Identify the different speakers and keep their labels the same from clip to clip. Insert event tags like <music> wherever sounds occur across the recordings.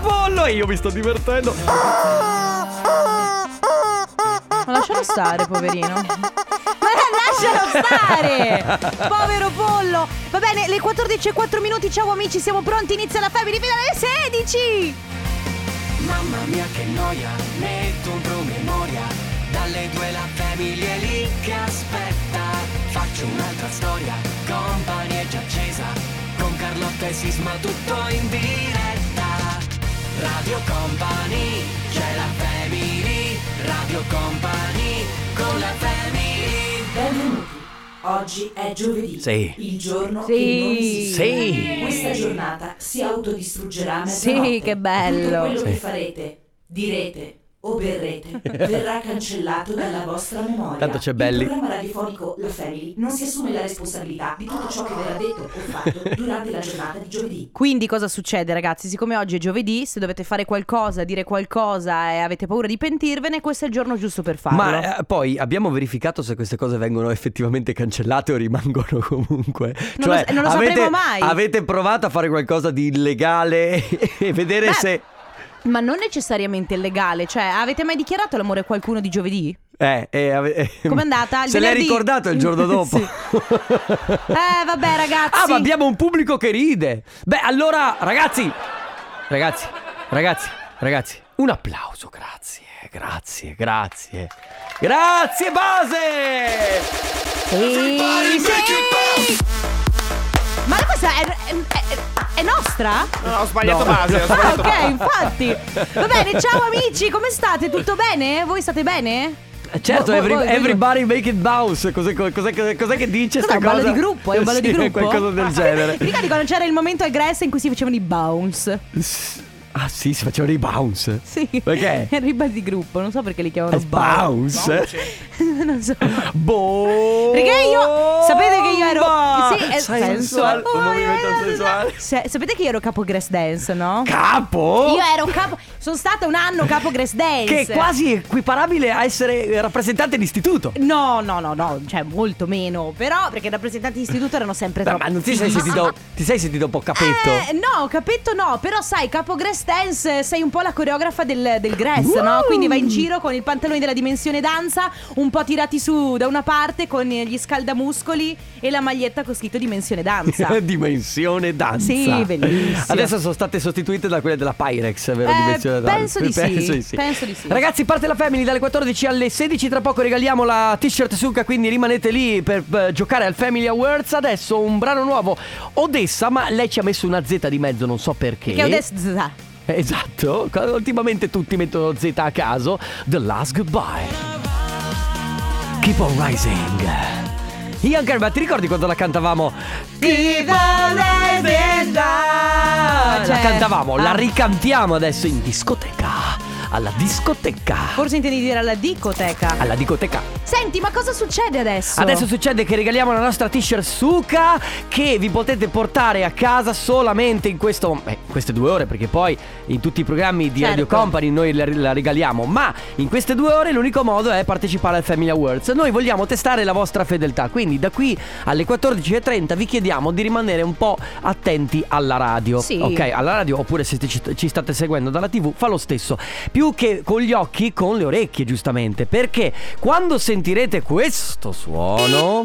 Speaker 1: pollo e io mi sto divertendo.
Speaker 2: Ma lascialo stare, poverino. Ma lascialo stare! Povero pollo! Va bene, le 14 e 4 minuti, ciao amici, siamo pronti, inizia la family fino alle 16!
Speaker 3: Mamma mia che noia, metto un promemoria Dalle due la famiglia è lì che aspetta Faccio un'altra storia, company è già accesa Con Carlotta e Sisma tutto in diretta Radio Company, c'è la family Radio Company, con la family
Speaker 4: Benvenuti. Oggi è giovedì.
Speaker 1: Sì.
Speaker 4: Il giorno
Speaker 2: Sì.
Speaker 4: che non esiste.
Speaker 1: Sì.
Speaker 4: Questa giornata si autodistruggerà
Speaker 2: Sì,
Speaker 4: mezzanotte.
Speaker 2: che bello.
Speaker 4: Tutto quello che
Speaker 1: Sì.
Speaker 4: farete, direte o berrete verrà cancellato dalla vostra memoria.
Speaker 1: Tanto c'è Belli.
Speaker 4: Il programma radiofonico La Family non si assume la responsabilità di tutto ciò che verrà detto o fatto durante la giornata di giovedì.
Speaker 2: Quindi cosa succede ragazzi? Siccome oggi è giovedì, se dovete fare qualcosa, dire qualcosa e avete paura di pentirvene, questo è il giorno giusto per farlo.
Speaker 1: Ma eh, poi abbiamo verificato se queste cose vengono effettivamente cancellate o rimangono <laughs> comunque. Cioè,
Speaker 2: Non lo- non lo
Speaker 1: avete,
Speaker 2: sapremo mai.
Speaker 1: Avete provato a fare qualcosa di illegale <laughs> e vedere
Speaker 2: Beh,
Speaker 1: se.
Speaker 2: Ma non necessariamente illegale, cioè avete mai dichiarato l'amore a qualcuno di giovedì?
Speaker 1: Eh, eh, ave- eh,
Speaker 2: Com'è andata? Il
Speaker 1: se l'hai
Speaker 2: venerdì?
Speaker 1: ricordato il giorno dopo.
Speaker 2: <laughs> Sì. Eh vabbè ragazzi.
Speaker 1: Ah, ma abbiamo un pubblico che ride. Beh, allora, ragazzi, ragazzi, ragazzi, ragazzi, un applauso, grazie, grazie, grazie. Grazie, base!
Speaker 2: Sì, sì. Ma la cosa è, è- è- è nostra?
Speaker 5: No, ho sbagliato
Speaker 1: No.
Speaker 5: base. Ho
Speaker 2: Ah,
Speaker 1: Esatto.
Speaker 5: sbagliato
Speaker 2: ok,
Speaker 5: base.
Speaker 2: infatti. Va bene, ciao amici, come state? Tutto bene? Voi state bene?
Speaker 1: Certo,
Speaker 2: Voi-
Speaker 1: every-
Speaker 2: voi- voi-
Speaker 1: everybody make it bounce. Cos'è, cos'è- cos'è- cos'è che dice
Speaker 2: Cos'è
Speaker 1: sta
Speaker 2: un ballo
Speaker 1: cosa?
Speaker 2: di gruppo? È un ballo
Speaker 1: <laughs> Sì,
Speaker 2: di gruppo? <laughs>
Speaker 1: qualcosa del genere.
Speaker 2: Ricordi quando c'era il momento aggressa in cui si facevano i bounce?
Speaker 1: Ah, sì, si facevano i bounce.
Speaker 2: Sì. <laughs>
Speaker 1: Perché? Eh
Speaker 2: Era il ballo di gruppo, non so perché li chiamano bounce.
Speaker 1: Bounce.
Speaker 2: <laughs> non so.
Speaker 1: Boh.
Speaker 2: Perché io sapete che io ero
Speaker 1: Bomba!
Speaker 2: è
Speaker 1: sensual,
Speaker 2: Oh,
Speaker 1: un movimento
Speaker 2: eh,
Speaker 1: sensuale.
Speaker 2: se- sapete che io ero capo Grass Dance, no?
Speaker 1: Capo?
Speaker 2: Io ero capo Sono stata un anno capo Grass Dance.
Speaker 1: Che è quasi equiparabile a essere rappresentante di istituto.
Speaker 2: No, no, no, no, cioè molto meno. Però perché i rappresentanti di istituto erano sempre
Speaker 1: Beh,
Speaker 2: troppo.
Speaker 1: ma non ti sei sentito, ti sei sentito un po' capetto?
Speaker 2: Eh, no, capetto no, però sai, capo Grass Dance eh, sei un po' la coreografa del, del Grass,
Speaker 1: Wow.
Speaker 2: no? Quindi vai in giro con il pantalone della dimensione danza, un po' tirati su da una parte con eh, gli scaldamuscoli e la maglietta con scritto dimensione
Speaker 1: <laughs> Eh,
Speaker 2: danza.
Speaker 1: Dimensione danza.
Speaker 2: esatto. Sì, bellissimo.
Speaker 1: Adesso sono state sostituite da quelle della Pyrex, vero?
Speaker 2: Eh,
Speaker 1: Dimensione danza.
Speaker 2: penso di sì, penso di sì.
Speaker 1: Ragazzi, parte la Family dalle 14 alle 16. Tra poco regaliamo la t-shirt Suka. Quindi rimanete lì per eh, giocare al Family Awards. Adesso un brano nuovo, Odessa. Ma lei ci ha messo una Z di mezzo, non so perché.
Speaker 2: Che adesso zza.
Speaker 1: Esatto, ultimamente tutti mettono Z a caso. The Last Goodbye. Keep on rising. Ian Kerber, ti ricordi quando la cantavamo? Keep on rising. La
Speaker 2: Cioè,
Speaker 1: cantavamo, la
Speaker 2: ah.
Speaker 1: ricantiamo adesso in discoteca. Alla discoteca.
Speaker 2: Forse intendi dire alla discoteca.
Speaker 1: Alla discoteca.
Speaker 2: Senti, ma cosa succede adesso?
Speaker 1: Adesso succede che regaliamo la nostra t-shirt Suka che vi potete portare a casa solamente in questo, eh, queste due ore perché poi in tutti i programmi di
Speaker 2: Certo.
Speaker 1: Radio Company noi la, la regaliamo ma in queste due ore l'unico modo è partecipare al Family Awards. Noi vogliamo testare la vostra fedeltà quindi da qui alle 14.30 vi chiediamo di rimanere un po' attenti alla radio.
Speaker 2: Sì.
Speaker 1: Ok, alla radio oppure se ci, ci state seguendo dalla tv fa lo stesso. Più che con gli occhi, con le orecchie giustamente perché quando sentirete questo suono...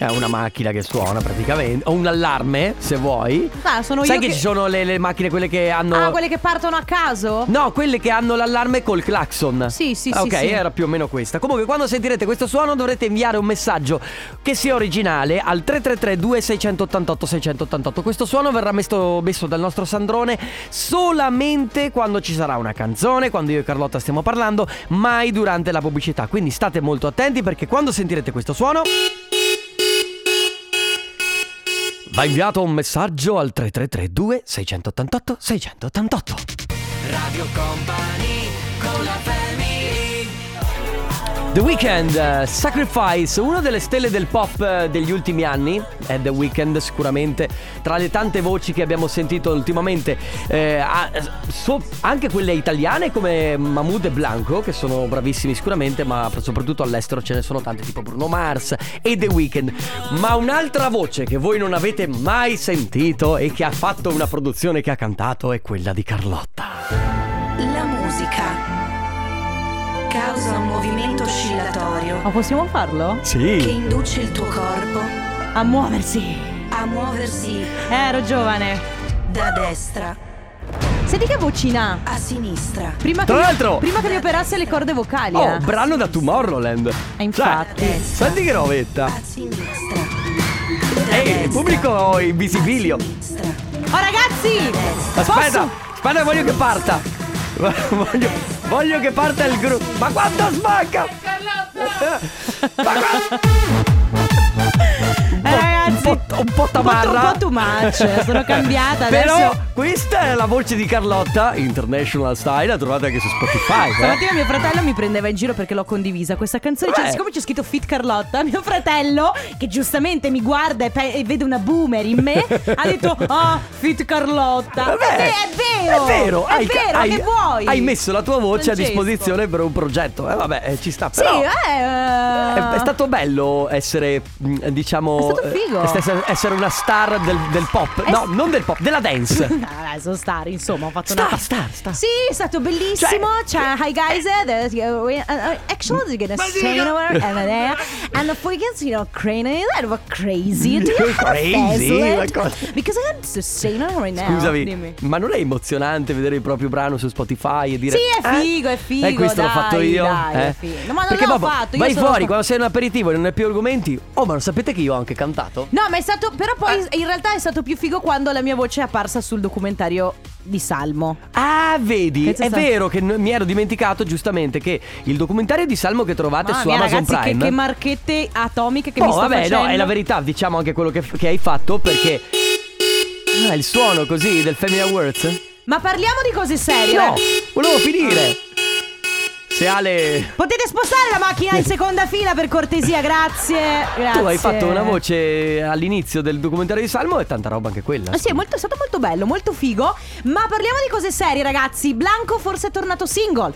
Speaker 1: È una macchina che suona praticamente, o un allarme se vuoi.
Speaker 2: Ah, sono
Speaker 1: Sai
Speaker 2: io
Speaker 1: che,
Speaker 2: che-
Speaker 1: ci sono le, le macchine quelle che hanno...
Speaker 2: Ah, quelle che partono a caso?
Speaker 1: No, quelle che hanno l'allarme col clacson.
Speaker 2: Sì, sì,
Speaker 1: Ah,
Speaker 2: sì,
Speaker 1: Ok,
Speaker 2: sì.
Speaker 1: era più o meno questa. Comunque, quando sentirete questo suono, dovrete inviare un messaggio che sia originale al 333-2688-688. Questo suono verrà messo, messo dal nostro Sandrone solamente quando ci sarà una canzone, quando io e Carlotta stiamo parlando, mai durante la pubblicità. Quindi state molto attenti perché quando sentirete questo suono. Va inviato un messaggio al 333 688 688 Radio Company con la The Weeknd, eh, Sacrifice, una delle stelle del pop eh, degli ultimi anni, è The Weeknd sicuramente, tra le tante voci che abbiamo sentito ultimamente, eh, ha- so- anche quelle italiane come Mahmood e Blanco, che sono bravissimi sicuramente, ma soprattutto all'estero ce ne sono tante tipo Bruno Mars e The Weeknd, ma un'altra voce che voi non avete mai sentito e che ha fatto una produzione che ha cantato è quella di Carlotta.
Speaker 5: La musica causa un movimento oscillatorio
Speaker 2: Ma possiamo farlo?
Speaker 5: che
Speaker 1: Sì.
Speaker 5: induce il tuo corpo
Speaker 2: A muoversi.
Speaker 5: a muoversi
Speaker 2: Eh, ero giovane.
Speaker 5: da destra
Speaker 2: Senti che vocina.
Speaker 5: a sinistra.
Speaker 2: Prima
Speaker 1: Tra
Speaker 2: che
Speaker 1: l'altro-
Speaker 2: prima che mi operasse le corde vocali. eh.
Speaker 1: Oh, brano da Tomorrowland.
Speaker 2: Eh, infatti.
Speaker 1: Cioè, senti che rovetta.
Speaker 5: A sinistra. Da
Speaker 1: Ehi, il
Speaker 5: destra,
Speaker 1: pubblico è in visibilio.
Speaker 5: Sinistra.
Speaker 2: Oh ragazzi!
Speaker 1: Aspetta,
Speaker 2: Posso?
Speaker 1: aspetta, voglio che parta. <laughs> Voglio, voglio che parta il gruppo. Ma quanto sbacca! Ma quanto...
Speaker 2: Eh, ragazzi,
Speaker 1: un po', un po' tamarra.
Speaker 2: un po' too much, sono cambiata,
Speaker 1: <laughs> Però
Speaker 2: adesso-
Speaker 1: questa è la voce di Carlotta, International Style, la trovate anche su Spotify. eh.
Speaker 2: Stamattina mio fratello mi prendeva in giro perché l'ho condivisa questa canzone. Cioè,
Speaker 1: Eh.
Speaker 2: siccome c'è scritto Fit Carlotta, <laughs> mio fratello, che giustamente mi guarda e, pe- e vede una boomer in me, ha
Speaker 1: <laughs>
Speaker 2: detto: Ah, Fit Carlotta.
Speaker 1: Vabbè,
Speaker 2: Eh beh, è vero!
Speaker 1: È vero,
Speaker 2: è
Speaker 1: hai,
Speaker 2: vero,
Speaker 1: hai-
Speaker 2: che vuoi?
Speaker 1: Hai messo la tua voce a
Speaker 2: Francesco.
Speaker 1: disposizione per un progetto. Eh, vabbè, eh, ci sta.
Speaker 2: Sì,
Speaker 1: Però
Speaker 2: eh.
Speaker 1: È, è stato bello essere, mh, diciamo.
Speaker 2: È stato figo.
Speaker 1: eh, essere- Essere una star del, del pop.
Speaker 2: È
Speaker 1: no,
Speaker 2: s-
Speaker 1: non del pop, della dance.
Speaker 2: No, vabbè, <laughs> sono star, Ah, insomma, ho fatto una.
Speaker 1: star, star, star.
Speaker 2: Sì, è stato bellissimo.
Speaker 1: Cioè-
Speaker 2: Cioè, hi guys, uh, there's- uh, we- uh, uh, actually we're gonna stay over and
Speaker 1: <laughs>
Speaker 2: there. And if we can, you know, crazy, that was crazy. Do you have a
Speaker 1: Crazy,
Speaker 2: facelift?
Speaker 1: ma cosa-
Speaker 2: Because I can't sustain it right now.
Speaker 1: Scusami,
Speaker 2: Eh, Dimmi.
Speaker 1: ma non è emozionante vedere il proprio brano su Spotify e dire
Speaker 2: Sì, è
Speaker 1: "Eh,
Speaker 2: figo, è figo,
Speaker 1: Eh, questo l'ho
Speaker 2: dai,
Speaker 1: fatto io.
Speaker 2: dai,
Speaker 1: eh?"
Speaker 2: è figo. No, ma non
Speaker 1: Perché
Speaker 2: l'ho
Speaker 1: proprio
Speaker 2: fatto, io
Speaker 1: Vai
Speaker 2: sono-
Speaker 1: fuori quando sei un aperitivo e non hai più argomenti. Oh, ma lo sapete che io ho anche cantato?
Speaker 2: No, ma è stato. Però poi
Speaker 1: Ah.
Speaker 2: in realtà è stato più figo quando la mia voce è apparsa sul documentario di Salmo.
Speaker 1: Ah, vedi,
Speaker 2: Che c'è
Speaker 1: è
Speaker 2: stato?
Speaker 1: vero che n- mi ero dimenticato giustamente che il documentario di Salmo che trovate
Speaker 2: Mamma
Speaker 1: Ah, su
Speaker 2: mia,
Speaker 1: Amazon
Speaker 2: ragazzi, che,
Speaker 1: Prime.
Speaker 2: che marchette atomiche che
Speaker 1: oh,
Speaker 2: mi sto
Speaker 1: vabbè,
Speaker 2: facendo.
Speaker 1: no, è la verità, diciamo anche quello che, che hai fatto perché Ah, il suono così del Family Awards?
Speaker 2: Ma parliamo di cose serie.
Speaker 1: No,
Speaker 2: eh.
Speaker 1: volevo finire. Se Ale
Speaker 2: Potete spostare la macchina
Speaker 1: <laughs>
Speaker 2: in seconda fila per cortesia, grazie. grazie.
Speaker 1: tu hai fatto una voce all'inizio del documentario di Salmo è tanta roba anche quella.
Speaker 2: Ah, Sì, è, molto- è stato molto bello, molto figo. Ma parliamo di cose serie, ragazzi. Blanco forse è tornato single.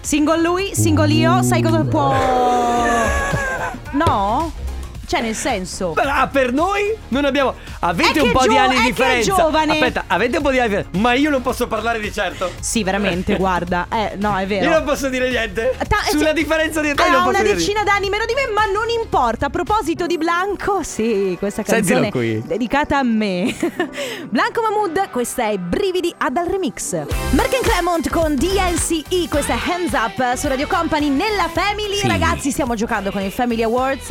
Speaker 2: Single lui, single io. Sai cosa può. No? Cioè, nel senso.
Speaker 1: Ah, per noi non abbiamo.
Speaker 2: È
Speaker 1: Avete un
Speaker 2: che
Speaker 1: po' di
Speaker 2: gio- è
Speaker 1: anni di
Speaker 2: che è
Speaker 1: differenza.
Speaker 2: giovane.
Speaker 1: Aspetta, avete un po' di anni di differenza. Ma io non posso parlare di certo.
Speaker 2: Sì, veramente, guarda. Eh, no, è vero.
Speaker 1: Io non posso dire niente.
Speaker 2: Ta- eh,
Speaker 1: Sulla
Speaker 2: sì.
Speaker 1: differenza di età
Speaker 2: ha
Speaker 1: io non posso
Speaker 2: una
Speaker 1: dire niente.
Speaker 2: decina d'anni meno di me, ma non importa. A proposito di Blanco, sì, questa
Speaker 1: Sentilo
Speaker 2: canzone
Speaker 1: qui.
Speaker 2: dedicata a me. <laughs> Blanco Mahmood, questa è Brividi ad al remix. Mark and Clement con DNCE, questa è Hands Up su Radio Company nella Family.
Speaker 1: Sì.
Speaker 2: Ragazzi, stiamo giocando con il Family Awards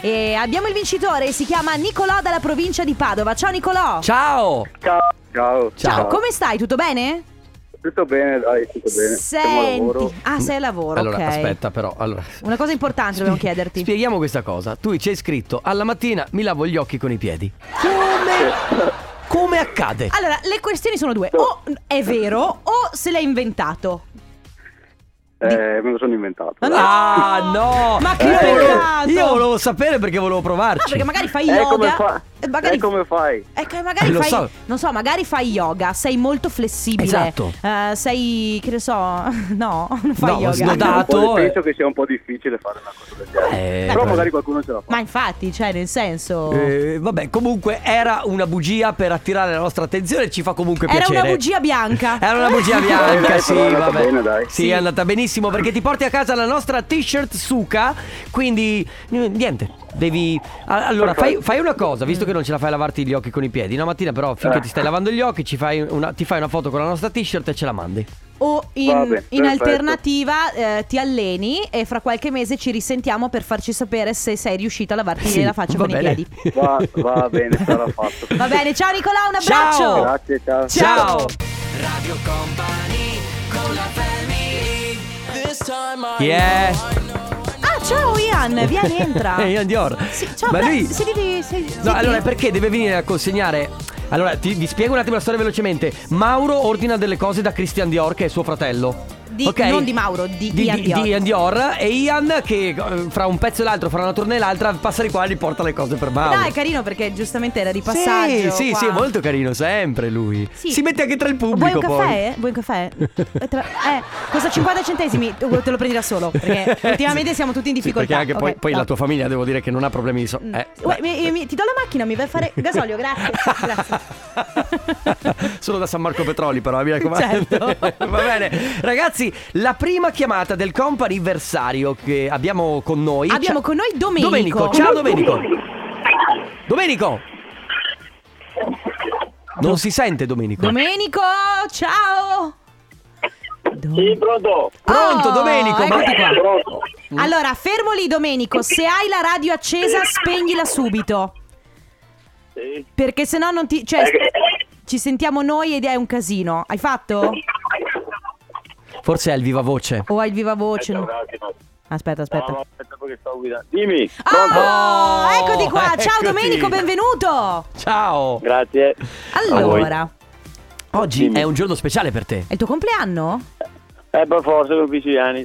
Speaker 2: e abbiamo il vincitore, si chiama Nicolò dalla provincia di Padova. Ciao Nicolò.
Speaker 1: Ciao.
Speaker 6: <laughs> Ciao. Ciao.
Speaker 2: come stai? Tutto bene?
Speaker 6: Tutto bene, dai, tutto bene. Siamo al
Speaker 2: Senti.
Speaker 6: lavoro.
Speaker 2: Ah, sei al lavoro,
Speaker 1: Allora,
Speaker 2: ok.
Speaker 1: aspetta, però. Allora.
Speaker 2: Una cosa importante dobbiamo chiederti.
Speaker 1: Spieghiamo questa cosa. Tu ci hai scritto alla mattina mi lavo gli occhi con i piedi. Come? Come accade?
Speaker 2: Allora, le questioni sono due. O è vero o se l'hai inventato.
Speaker 6: Eh, me lo sono inventato.
Speaker 2: Ma no!
Speaker 1: Ah, no!
Speaker 2: Ma che
Speaker 1: Io volevo-
Speaker 2: peccato!
Speaker 1: Io volevo sapere perché volevo
Speaker 2: No,
Speaker 1: provarci.
Speaker 2: perché magari fai
Speaker 6: Eh,
Speaker 2: yoga.
Speaker 6: come fa-
Speaker 2: e magari...
Speaker 6: eh, come fai?
Speaker 2: Eh, che magari
Speaker 1: Eh, lo
Speaker 2: fai,
Speaker 1: so.
Speaker 2: non so, magari fai yoga, sei molto flessibile.
Speaker 1: Esatto.
Speaker 2: Eh, sei, che ne so, <laughs> no, non fai
Speaker 1: No,
Speaker 2: yoga.
Speaker 1: snodato.
Speaker 6: Un po'
Speaker 1: Dato, eh.
Speaker 6: penso che sia un po' difficile fare una cosa del genere.
Speaker 1: Eh,
Speaker 6: Però
Speaker 1: eh.
Speaker 6: magari qualcuno ce la fa.
Speaker 2: Ma infatti, cioè, nel senso...
Speaker 1: Eh, vabbè, comunque era una bugia per attirare la nostra attenzione e ci fa comunque
Speaker 2: Era
Speaker 1: piacere.
Speaker 2: una bugia bianca.
Speaker 1: Era una bugia
Speaker 6: Eh,
Speaker 1: bianca,
Speaker 6: dai,
Speaker 1: sì,
Speaker 6: però è andata
Speaker 1: vabbè.
Speaker 6: bene, dai.
Speaker 1: Sì,
Speaker 6: Sì.
Speaker 1: è andata benissimo perché ti porti a casa la nostra t-shirt Suka, quindi eh, niente, devi a- Allora, fai, fai una cosa, visto che non ce la fai a lavarti gli occhi con i piedi, una mattina però finché
Speaker 6: Eh.
Speaker 1: ti stai lavando gli occhi, ci fai una- ti fai una foto con la nostra t-shirt e ce la mandi.
Speaker 2: O in,
Speaker 6: Vabbè,
Speaker 2: in
Speaker 6: perfetto.
Speaker 2: alternativa eh, ti alleni e fra qualche mese ci risentiamo per farci sapere se sei riuscita a lavarti
Speaker 1: Sì,
Speaker 2: la faccia
Speaker 1: va
Speaker 2: con i
Speaker 1: bene.
Speaker 2: piedi.
Speaker 6: Va, va bene,
Speaker 2: <laughs>
Speaker 6: sarà fatto.
Speaker 2: Va bene, ciao Nicolà, un
Speaker 1: Ciao.
Speaker 2: abbraccio.
Speaker 6: Grazie,
Speaker 1: Ciao.
Speaker 6: ciao.
Speaker 1: Chi è?
Speaker 2: Ah, ciao Ian, vieni, entra.
Speaker 1: Eh, <laughs> Ian Dior.
Speaker 2: Sì, ciao,
Speaker 1: Ma
Speaker 2: bra-
Speaker 1: lui-
Speaker 2: sediti, se- sediti.
Speaker 1: No, allora perché deve venire a consegnare. Allora, ti, vi spiego un attimo la storia velocemente. Mauro ordina delle cose da Christian Dior, che è suo fratello.
Speaker 2: di,
Speaker 1: Ok.
Speaker 2: non di Mauro, di, di, Ian Dior.
Speaker 1: di Ian Dior. E Ian che eh, fra un pezzo e l'altro, fra una torna e l'altra, passa di qua e riporta le cose per Mauro.
Speaker 2: No, è carino perché giustamente era di
Speaker 1: Sì,
Speaker 2: passaggio.
Speaker 1: Sì,
Speaker 2: qua.
Speaker 1: sì, è molto carino sempre lui.
Speaker 2: Sì.
Speaker 1: Si mette anche tra il pubblico
Speaker 2: Vuoi un
Speaker 1: poi.
Speaker 2: caffè? Vuoi un caffè? Eh, te la- eh, costa 50 centesimi, tu- te lo prendi da solo.
Speaker 1: <laughs>
Speaker 2: Perché ultimamente siamo tutti in
Speaker 1: Sì,
Speaker 2: difficoltà.
Speaker 1: perché anche poi,
Speaker 2: Ok,
Speaker 1: poi
Speaker 2: no.
Speaker 1: la tua famiglia devo dire che non ha problemi di so-
Speaker 2: Mm.
Speaker 1: eh,
Speaker 2: Uè,
Speaker 1: dai.
Speaker 2: mi- mi- ti do la macchina, mi vai a
Speaker 1: <laughs>
Speaker 2: fare gasolio, grazie. grazie.
Speaker 1: Solo da San Marco Petroli, però, mi raccomando.
Speaker 2: Certo.
Speaker 1: <laughs> Va bene. Ragazzi, la prima chiamata del comp'anniversario che abbiamo con noi.
Speaker 2: Abbiamo
Speaker 1: Ciao-
Speaker 2: con noi Domenico.
Speaker 1: Domenico, ciao Domenico. Domenico. Non si sente Domenico.
Speaker 2: Domenico, ciao.
Speaker 6: Sì, pronto.
Speaker 1: Pronto
Speaker 2: Oh,
Speaker 1: Domenico, ma-
Speaker 2: eccoti qua.
Speaker 6: Pronto.
Speaker 2: Allora, fermo lì Domenico, se hai la radio accesa spegnila subito.
Speaker 6: Sì. Eh,
Speaker 2: Perché sennò non ti... Cioè, ci sentiamo noi ed è un casino. Hai fatto?
Speaker 1: forse è il viva voce.
Speaker 2: O hai il viva voce?
Speaker 6: Aspetta
Speaker 2: No.
Speaker 6: un attimo.
Speaker 2: Aspetta, aspetta.
Speaker 6: No, no, aspetta perché sto guidando. Dimmi. Pronto.
Speaker 2: Oh, eccoti qua. Ciao
Speaker 1: eccoti.
Speaker 2: Domenico, benvenuto.
Speaker 1: Ciao.
Speaker 6: Grazie.
Speaker 2: Allora,
Speaker 1: Oggi
Speaker 6: Dimmi.
Speaker 1: è un giorno speciale per
Speaker 6: <laughs>
Speaker 1: te. <laughs>
Speaker 2: è il tuo compleanno? <laughs>
Speaker 6: Eh, per forza con Picciani.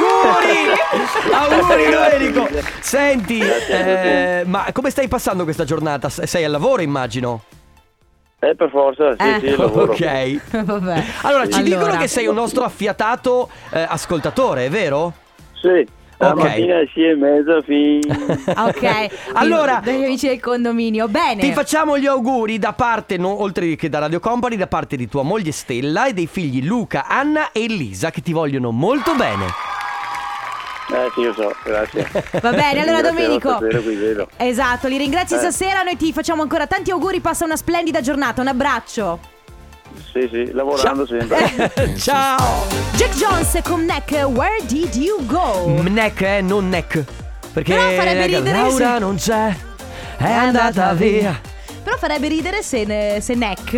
Speaker 1: auguri! auguri Domenico. Senti,
Speaker 6: Grazie,
Speaker 1: eh, ma come stai passando questa giornata? S- Sei al lavoro, immagino.
Speaker 6: Eh, per forza, sì,
Speaker 2: Eh.
Speaker 6: sì, lavoro.
Speaker 1: Ok.
Speaker 2: Vabbè.
Speaker 1: Allora, ci dicono che sei un nostro affiatato eh, ascoltatore, è vero?
Speaker 6: Sì. La
Speaker 1: Ok.
Speaker 6: mattina sì e mezza fin...
Speaker 2: Ok,
Speaker 1: Allora-
Speaker 2: allora degli amici del condominio, bene.
Speaker 1: Ti facciamo gli auguri da parte, no, oltre che da Radio Company, da parte di tua moglie Stella e dei figli Luca, Anna e Elisa, che ti vogliono molto bene.
Speaker 6: Eh sì, lo so, grazie.
Speaker 2: Va bene,
Speaker 6: <laughs>
Speaker 2: allora
Speaker 6: Grazie,
Speaker 2: Domenico.
Speaker 6: stasera qui vedo.
Speaker 2: Esatto, li ringrazi
Speaker 6: Eh.
Speaker 2: stasera, noi ti facciamo ancora tanti auguri, passa una splendida giornata, un abbraccio.
Speaker 6: Sì, sì, lavorando sempre.
Speaker 1: <laughs> Ciao!
Speaker 2: Jack Jones con Neck, Where Did You Go?
Speaker 1: Neck, eh, non neck. Perché
Speaker 2: Però farebbe ridere
Speaker 1: Laura
Speaker 2: se-
Speaker 1: non c'è, è andata via.
Speaker 2: Però farebbe ridere se, ne- se Neck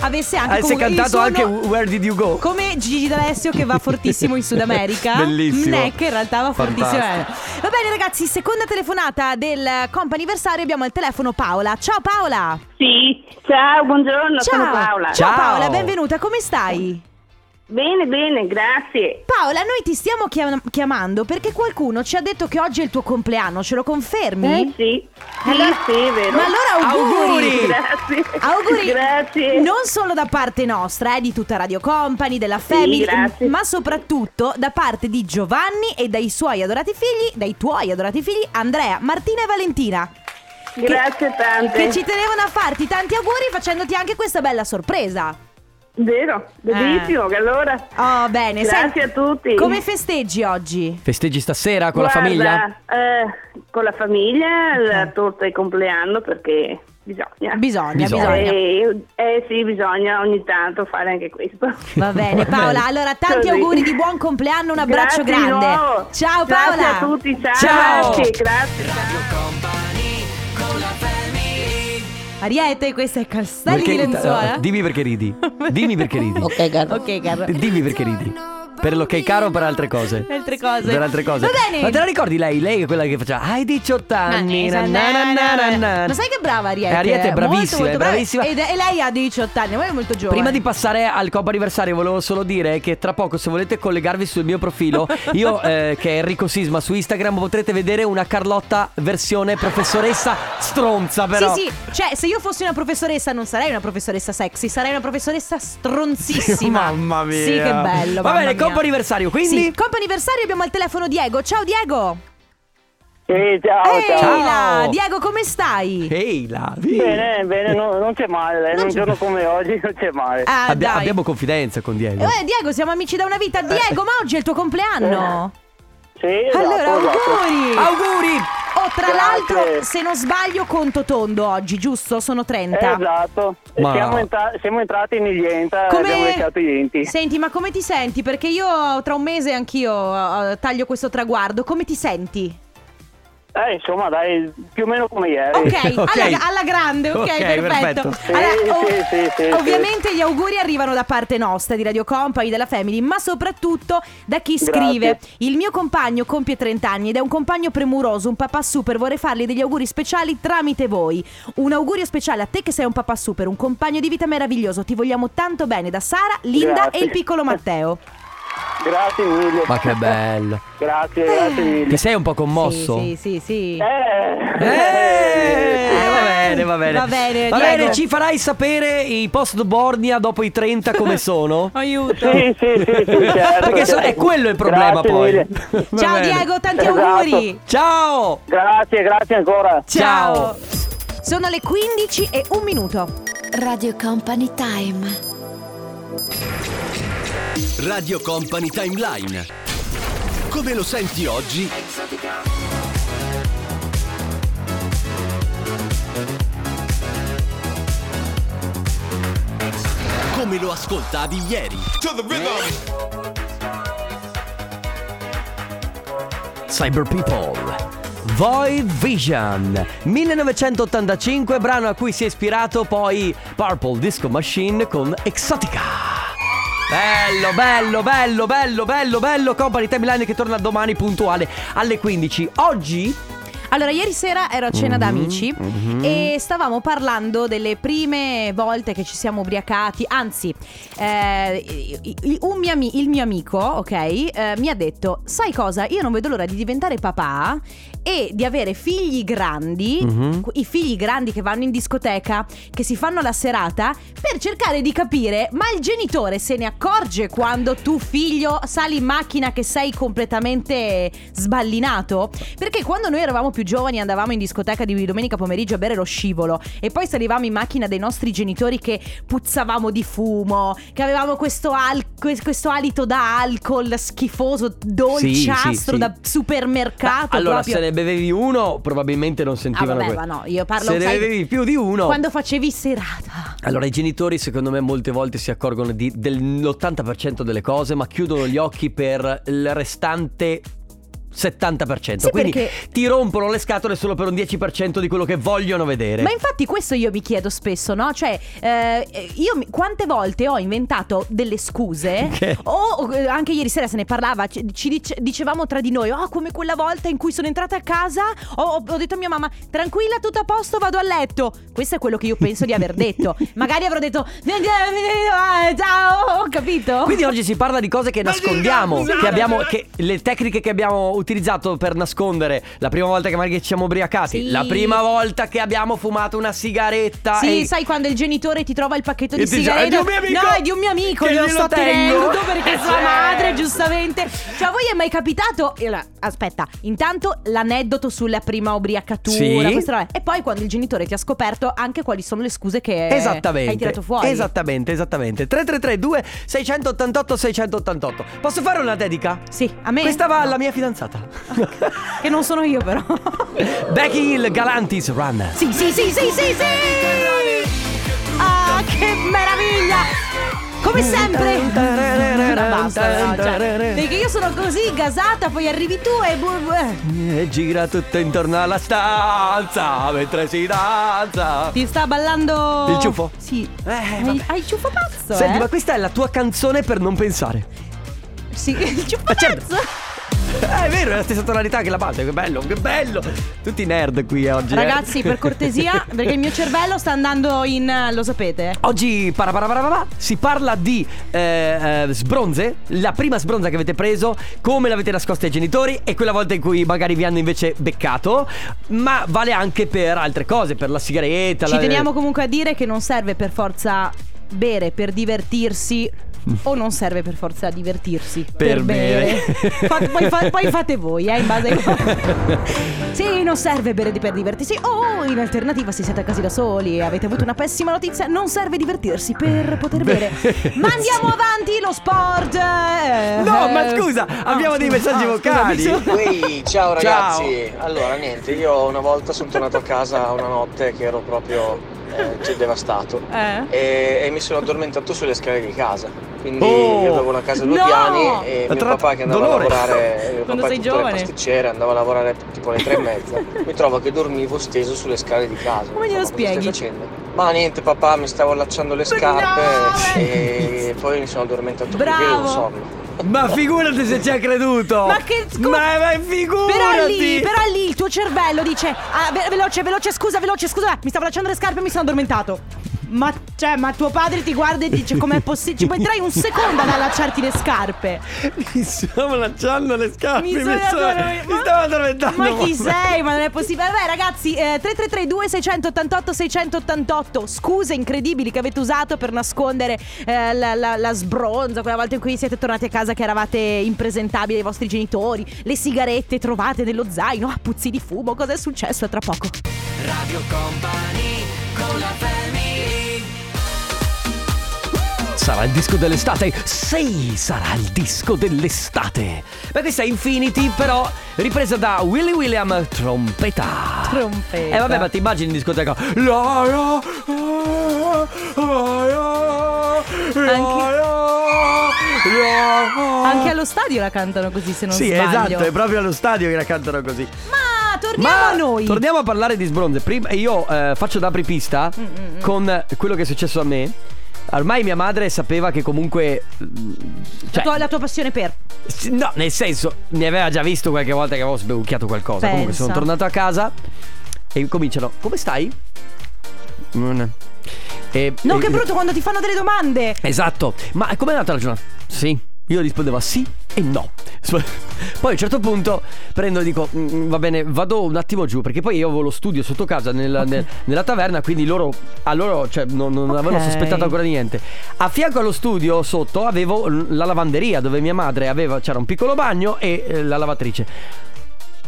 Speaker 2: avesse anche
Speaker 1: Hai
Speaker 2: comunque il
Speaker 1: Ah, cantato
Speaker 2: suono-
Speaker 1: anche Where Did You Go?
Speaker 2: Come Gigi D'Alessio
Speaker 1: <laughs>
Speaker 2: che va fortissimo in Sud America.
Speaker 1: Bellissimo.
Speaker 2: Neck in realtà va fortissimo.
Speaker 1: Fantastico.
Speaker 2: Va bene ragazzi, seconda telefonata del comp anniversario abbiamo al telefono Paola. Ciao Paola.
Speaker 7: Sì, ciao, buongiorno, sono Paola.
Speaker 1: Ciao.
Speaker 2: Ciao Paola, benvenuta, come stai?
Speaker 7: Bene, bene, grazie.
Speaker 2: Paola, noi ti stiamo chiam- chiamando perché qualcuno ci ha detto che oggi è il tuo compleanno, ce lo confermi?
Speaker 7: Eh, sì, sì,
Speaker 2: Allora-
Speaker 7: sì, è vero.
Speaker 2: Ma allora auguri!
Speaker 1: Auguri!
Speaker 7: <laughs> Grazie.
Speaker 2: <laughs> Auguri
Speaker 7: Grazie.
Speaker 2: non solo da parte nostra, eh, di tutta Radio Company, della Family,
Speaker 7: grazie.
Speaker 2: ma soprattutto da parte di Giovanni e dai suoi adorati figli, dai tuoi adorati figli, Andrea, Martina e Valentina.
Speaker 7: Grazie tante.
Speaker 2: Che ci tenevano a farti tanti auguri facendoti anche questa bella sorpresa.
Speaker 7: Vero, bellissimo, che allora.
Speaker 2: Oh, bene.
Speaker 7: Grazie
Speaker 2: senti,
Speaker 7: a tutti.
Speaker 2: Come festeggi oggi?
Speaker 1: Festeggi stasera con
Speaker 7: Guarda,
Speaker 1: la famiglia?
Speaker 7: eh, con la famiglia, la torta di compleanno perché bisogna.
Speaker 2: Bisogna,
Speaker 1: Bisogna.
Speaker 2: bisogna.
Speaker 7: Eh, eh sì, bisogna ogni tanto fare anche questo.
Speaker 2: Va bene Paola, allora tanti
Speaker 7: Così.
Speaker 2: auguri di buon compleanno, un abbraccio
Speaker 7: Grazie di
Speaker 2: grande.
Speaker 7: nuovo.
Speaker 2: Ciao Paola.
Speaker 7: Grazie a tutti, ciao.
Speaker 1: Ciao.
Speaker 7: Grazie, grazie. ciao.
Speaker 2: Ariete, questa è Castelli di
Speaker 1: Perché-
Speaker 2: Lenzuola.
Speaker 1: eh, dimmi perché
Speaker 2: <laughs>
Speaker 1: ridi. Dimmi perché ridi.
Speaker 2: caro. Ok, caro.
Speaker 1: Dimmi perché ridi. Per l'ok caro o per altre cose?
Speaker 2: Per altre cose.
Speaker 1: Per altre cose.
Speaker 2: Va bene.
Speaker 1: Ma te la ricordi lei? Lei è quella che faceva Hai 18 anni.
Speaker 2: Ma
Speaker 1: na na na na na na".
Speaker 2: sai che brava Ariete?
Speaker 1: Eh, Ariete è bravissima,
Speaker 2: Molto, molto
Speaker 1: è
Speaker 2: brava.
Speaker 1: bravissima.
Speaker 2: Ed è- e lei ha 18 anni, ma è molto giovane.
Speaker 1: Prima di passare al Coppa Anniversario volevo solo dire che tra poco se volete collegarvi sul
Speaker 2: <laughs>
Speaker 1: mio profilo, io eh, che è Enrico Sisma su Instagram potrete vedere una Carlotta versione professoressa stronza però.
Speaker 2: Sì, sì, cioè se io fossi una professoressa non sarei una professoressa sexy, sarei una professoressa stronzissima.
Speaker 1: <laughs> Mamma mia.
Speaker 2: Sì, che bello.
Speaker 1: Va
Speaker 2: mamma
Speaker 1: bene,
Speaker 2: mia.
Speaker 1: comp'anniversario, quindi?
Speaker 2: Sì, comp'anniversario abbiamo al telefono Diego. Ciao Diego.
Speaker 6: Sì, ciao,
Speaker 2: Ehi
Speaker 6: ciao.
Speaker 2: là, Diego, come stai?
Speaker 1: Ehi là, vi-
Speaker 6: Bene, bene, no- non c'è male, dai,
Speaker 2: Non
Speaker 6: in un
Speaker 2: c'è-
Speaker 6: giorno come oggi non c'è male.
Speaker 2: Ah,
Speaker 1: Abbia-
Speaker 2: dai.
Speaker 1: abbiamo Eh. confidenza con Diego.
Speaker 2: Eh, Diego, siamo amici da una vita. Diego, ma oggi è il tuo compleanno.
Speaker 6: Eh, Sì, esatto,
Speaker 2: Allora,
Speaker 6: esatto.
Speaker 2: auguri.
Speaker 1: Auguri!
Speaker 2: Oh, tra
Speaker 6: Grazie.
Speaker 2: l'altro, se non sbaglio, conto tondo oggi, giusto? Sono 30.
Speaker 6: Esatto,
Speaker 1: Ma-
Speaker 6: siamo, entra- siamo entrati negli enta e abbiamo beccato i denti.
Speaker 2: Senti, ma come ti senti? Perché io tra un mese anch'io eh, taglio questo traguardo. Come ti senti?
Speaker 6: Eh, insomma, dai, più o meno come ieri.
Speaker 2: Ok,
Speaker 1: Ok.
Speaker 2: Alla, alla grande, ok,
Speaker 1: Ok,
Speaker 2: perfetto.
Speaker 1: perfetto.
Speaker 6: Sì, sì, sì, sì,
Speaker 2: ovviamente gli auguri arrivano da parte nostra, di Radio Company, della Family, ma soprattutto da chi
Speaker 6: Grazie.
Speaker 2: scrive. Il mio compagno compie 30 anni ed è un compagno premuroso, un papà super, vorrei fargli degli auguri speciali tramite voi. Un augurio speciale a te che sei un papà super, un compagno di vita meraviglioso, ti vogliamo tanto bene da Sara, Linda
Speaker 6: Grazie. <laughs>
Speaker 2: e il piccolo Matteo.
Speaker 6: Grazie mille.
Speaker 1: Ma che bello.
Speaker 6: Grazie, grazie mille.
Speaker 1: Ti sei un po' commosso?
Speaker 2: Sì, sì, sì, sì.
Speaker 6: Eh.
Speaker 1: Eh, va bene, va bene.
Speaker 2: Va bene,
Speaker 1: Va
Speaker 2: Diego.
Speaker 1: bene, ci farai sapere i post Bornia dopo i
Speaker 2: <laughs>
Speaker 1: 30 come sono?
Speaker 2: Aiuto.
Speaker 6: Eh, Sì, sì, sì, sì, certo.
Speaker 1: <laughs> Perché so- è quello il problema
Speaker 6: Grazie
Speaker 1: poi.
Speaker 6: mille.
Speaker 1: Va
Speaker 2: Ciao
Speaker 1: bene.
Speaker 2: Diego, tanti
Speaker 6: Esatto.
Speaker 2: auguri.
Speaker 1: Ciao!
Speaker 6: Grazie, grazie ancora.
Speaker 1: Ciao.
Speaker 2: Sono le 15 e un minuto.
Speaker 8: Radio Company Time.
Speaker 3: Radio Company Timeline. Come lo senti oggi? Come lo ascoltavi ieri?
Speaker 1: Cyber People. Void Vision 1985, brano a cui si è ispirato poi Purple Disco Machine con Exotica. Bello, bello, bello, bello, bello, bello. Company Timeline che torna domani puntuale alle 15. Oggi
Speaker 2: Allora, ieri sera ero a cena da amici
Speaker 1: mhm.
Speaker 2: e stavamo parlando delle prime volte che ci siamo ubriacati. Anzi, eh, i- i- un mio ami- il mio amico, ok, eh, mi ha detto: Sai cosa? Io non vedo l'ora di diventare papà e di avere figli grandi,
Speaker 1: Mhm.
Speaker 2: i figli grandi che vanno in discoteca, che si fanno la serata, per cercare di capire, ma il genitore se ne accorge quando tu figlio sali in macchina che sei completamente sballinato? Perché quando noi eravamo più giovani andavamo in discoteca di domenica pomeriggio a bere lo scivolo e poi salivamo in macchina dei nostri genitori che puzzavamo di fumo, che avevamo questo, al- que- questo alito da alcol schifoso, dolciastro
Speaker 1: sì, sì.
Speaker 2: da supermercato.
Speaker 1: Ma allora,
Speaker 2: proprio.
Speaker 1: se ne bevevi uno, probabilmente non
Speaker 2: Ah,
Speaker 1: sentivano
Speaker 2: vabbè,
Speaker 1: quello.
Speaker 2: ma no, io parlo
Speaker 1: Se ne
Speaker 2: sai,
Speaker 1: bevevi più di uno.
Speaker 2: Quando facevi serata.
Speaker 1: Allora, i genitori, secondo me, molte volte si accorgono di- dell'80% delle cose, ma chiudono gli occhi per il restante. 70%,
Speaker 2: Sì,
Speaker 1: quindi
Speaker 2: perché-
Speaker 1: ti rompono le scatole solo per un 10% di quello che vogliono vedere.
Speaker 2: Ma infatti questo io mi chiedo spesso, no? Cioè, eh, io mi- quante volte ho inventato delle scuse
Speaker 1: <laughs> Che-
Speaker 2: o eh, anche ieri sera se ne parlava, ci, ci dice- dicevamo tra di noi, oh come quella volta in cui sono entrata a casa, ho, ho- ho detto a mia mamma, tranquilla, tutto a posto, vado a letto. Questo è quello che io penso di aver
Speaker 1: <laughs>
Speaker 2: detto. Magari avrò detto, ciao, ho capito?
Speaker 1: Quindi oggi si parla di cose che nascondiamo, che abbiamo, che- le tecniche che abbiamo utilizzato per nascondere la prima volta che magari ci siamo ubriacati,
Speaker 2: Sì.
Speaker 1: la prima volta che abbiamo fumato una sigaretta.
Speaker 2: Sì,
Speaker 1: e-
Speaker 2: sai quando il genitore ti trova il pacchetto
Speaker 1: E
Speaker 2: di
Speaker 1: ti dice, "È
Speaker 2: sigarette?
Speaker 1: di un mio amico
Speaker 2: No, è di un mio amico,
Speaker 1: che
Speaker 2: glielo
Speaker 1: glielo
Speaker 2: sto
Speaker 1: tengo." Eh, certo.
Speaker 2: tenendo perché sua
Speaker 1: Sì.
Speaker 2: madre, giustamente. Cioè, a voi è mai capitato? E allora, aspetta, intanto l'aneddoto sulla prima ubriacatura,
Speaker 1: Sì.
Speaker 2: questa roba. E poi quando il genitore ti ha scoperto anche quali sono le scuse che
Speaker 1: Esattamente.
Speaker 2: hai tirato fuori.
Speaker 1: Esattamente, esattamente. 3332 688 688. Posso fare una dedica?
Speaker 2: Sì, a me.
Speaker 1: Questa va alla mia fidanzata. <laughs>
Speaker 2: Che non sono io, però.
Speaker 1: Becky Hill Galantis Run.
Speaker 2: sì, sì, sì, sì, sì, sì. Ah, che meraviglia! Come sempre! Ma Basta, no, cioè, perché io sono così gasata, poi arrivi tu e. bu- bu-
Speaker 1: E gira tutto intorno alla stanza mentre si danza.
Speaker 2: Ti sta ballando.
Speaker 1: Il ciuffo?
Speaker 2: Sì.
Speaker 1: Eh,
Speaker 2: hai,
Speaker 1: vabbè.
Speaker 2: hai il ciuffo pazzo?
Speaker 1: Senti,
Speaker 2: eh?
Speaker 1: ma questa è la tua canzone per non pensare.
Speaker 2: <laughs> Sì, il ciuffo
Speaker 1: Ma certo.
Speaker 2: pazzo.
Speaker 1: Eh, È vero, è la stessa tonalità che la base. Che bello, che bello. Tutti nerd qui oggi. eh.
Speaker 2: Ragazzi, per
Speaker 1: <laughs>
Speaker 2: cortesia, perché il mio cervello sta andando in. lo sapete?
Speaker 1: Oggi para para para para, si parla di eh, eh, sbronze, la prima sbronza che avete preso, come l'avete nascosta ai genitori e quella volta in cui magari vi hanno invece beccato, ma vale anche per altre cose, per la sigaretta.
Speaker 2: Ci
Speaker 1: la-
Speaker 2: teniamo comunque a dire che non serve per forza bere per divertirsi. O non serve per forza divertirsi
Speaker 1: Per bere.
Speaker 2: <laughs> Fa- poi, fa- poi fate voi, eh, in base ai
Speaker 1: <laughs>
Speaker 2: Sì, non serve bere di- per divertirsi. O in alternativa, se siete a casa da soli e avete avuto una pessima notizia, non serve divertirsi per poter
Speaker 1: Beh,
Speaker 2: bere. Ma andiamo
Speaker 1: sì.
Speaker 2: avanti, lo sport. eh,
Speaker 1: No,
Speaker 2: eh,
Speaker 1: ma scusa,
Speaker 2: no,
Speaker 1: abbiamo dei
Speaker 2: scusa,
Speaker 1: messaggi
Speaker 2: no, scusa,
Speaker 1: vocali.
Speaker 2: mi sono-
Speaker 9: Ui, ciao
Speaker 1: Ciao.
Speaker 9: ragazzi. Allora, niente, io una volta sono tornato a casa una notte che ero proprio eh, cioè, devastato
Speaker 2: Eh.
Speaker 9: e, e mi sono addormentato sulle scale di casa. Quindi
Speaker 1: Oh.
Speaker 9: io avevo una casa a due
Speaker 2: No.
Speaker 9: piani e
Speaker 1: Ma
Speaker 9: mio
Speaker 1: tra-
Speaker 9: papà che andava
Speaker 1: dolore.
Speaker 9: a
Speaker 2: <laughs>
Speaker 9: lavorare, mio
Speaker 2: Quando
Speaker 9: papà
Speaker 2: sei
Speaker 9: è pittore
Speaker 2: giovane.
Speaker 9: pasticcere, andava a lavorare tipo alle tre e mezza. mi trovo che dormivo steso sulle scale di casa.
Speaker 2: Come glielo
Speaker 9: Dico, "Ma cosa stai
Speaker 2: spieghi?"
Speaker 9: facendo? Ma niente papà, mi stavo allacciando le scarpe
Speaker 2: No.
Speaker 9: e poi mi sono addormentato perché
Speaker 2: Bravo.
Speaker 9: avevo sonno.
Speaker 1: Ma figurati se ci ha creduto.
Speaker 2: Ma che scu-
Speaker 1: Ma, ma figurati.
Speaker 2: Però lì, però lì il tuo cervello dice ah, ve- veloce, veloce, scusa, veloce, scusa, mi stavo lasciando le scarpe e mi sono addormentato. Ma, cioè, ma tuo padre ti guarda e dice com'è possibile? Ci puoi entrare un secondo ad allacciarti le scarpe.
Speaker 1: Mi stavo lanciando le scarpe. Mi,
Speaker 2: sono
Speaker 1: stavo,
Speaker 2: addormentata.
Speaker 1: mi stavo addormentando.
Speaker 2: Ma chi
Speaker 1: mamma.
Speaker 2: sei? Ma non è possibile. Vabbè, ragazzi, eh, 3332 688 688. Scuse incredibili che avete usato per nascondere eh, la, la- la sbronza. Quella volta in cui siete tornati a casa che eravate impresentabili ai vostri genitori. Le sigarette trovate nello zaino. Ah, puzzi di fumo. Cos'è successo? A tra poco.
Speaker 1: Sarà il disco dell'estate? Sì, sarà il disco dell'estate. Beh, questa è Infinity, però ripresa da Willy William, trompeta.
Speaker 2: Trompeta.
Speaker 1: E vabbè, ma ti immagini in discoteca? La, la, la, la, la, la,
Speaker 2: Anche-
Speaker 1: la, la.
Speaker 2: Anche allo stadio la cantano così, se non
Speaker 1: Sì,
Speaker 2: sbaglio.
Speaker 1: esatto, è proprio allo stadio che la cantano così.
Speaker 2: Ma torniamo a noi.
Speaker 1: torniamo a parlare di sbronze. Prima io eh, faccio da apripista
Speaker 2: Mm,
Speaker 1: con eh, quello che è successo a me. Ormai mia madre sapeva che comunque. mm,
Speaker 2: la,
Speaker 1: Cioè,
Speaker 2: tua, la tua passione per.
Speaker 1: sì, No, nel senso, mi aveva già visto qualche volta che avevo sbevucchiato qualcosa. Comunque
Speaker 2: Pensa.
Speaker 1: sono tornato a casa e cominciano. Come stai? Mm. E-
Speaker 2: No,
Speaker 1: e-
Speaker 2: che brutto quando ti fanno delle domande.
Speaker 1: Esatto, ma com'è andata la giornata? Sì, io rispondevo a sì e no. Poi a un certo punto prendo e dico, "Mm, va bene, vado un attimo giù, perché poi io avevo lo studio sotto casa nel- nel- nella taverna, quindi loro, a loro cioè, non, non
Speaker 2: Ok.
Speaker 1: avevano sospettato ancora niente. A fianco allo studio sotto avevo l- la lavanderia dove mia madre aveva, c'era un piccolo bagno e eh, la lavatrice.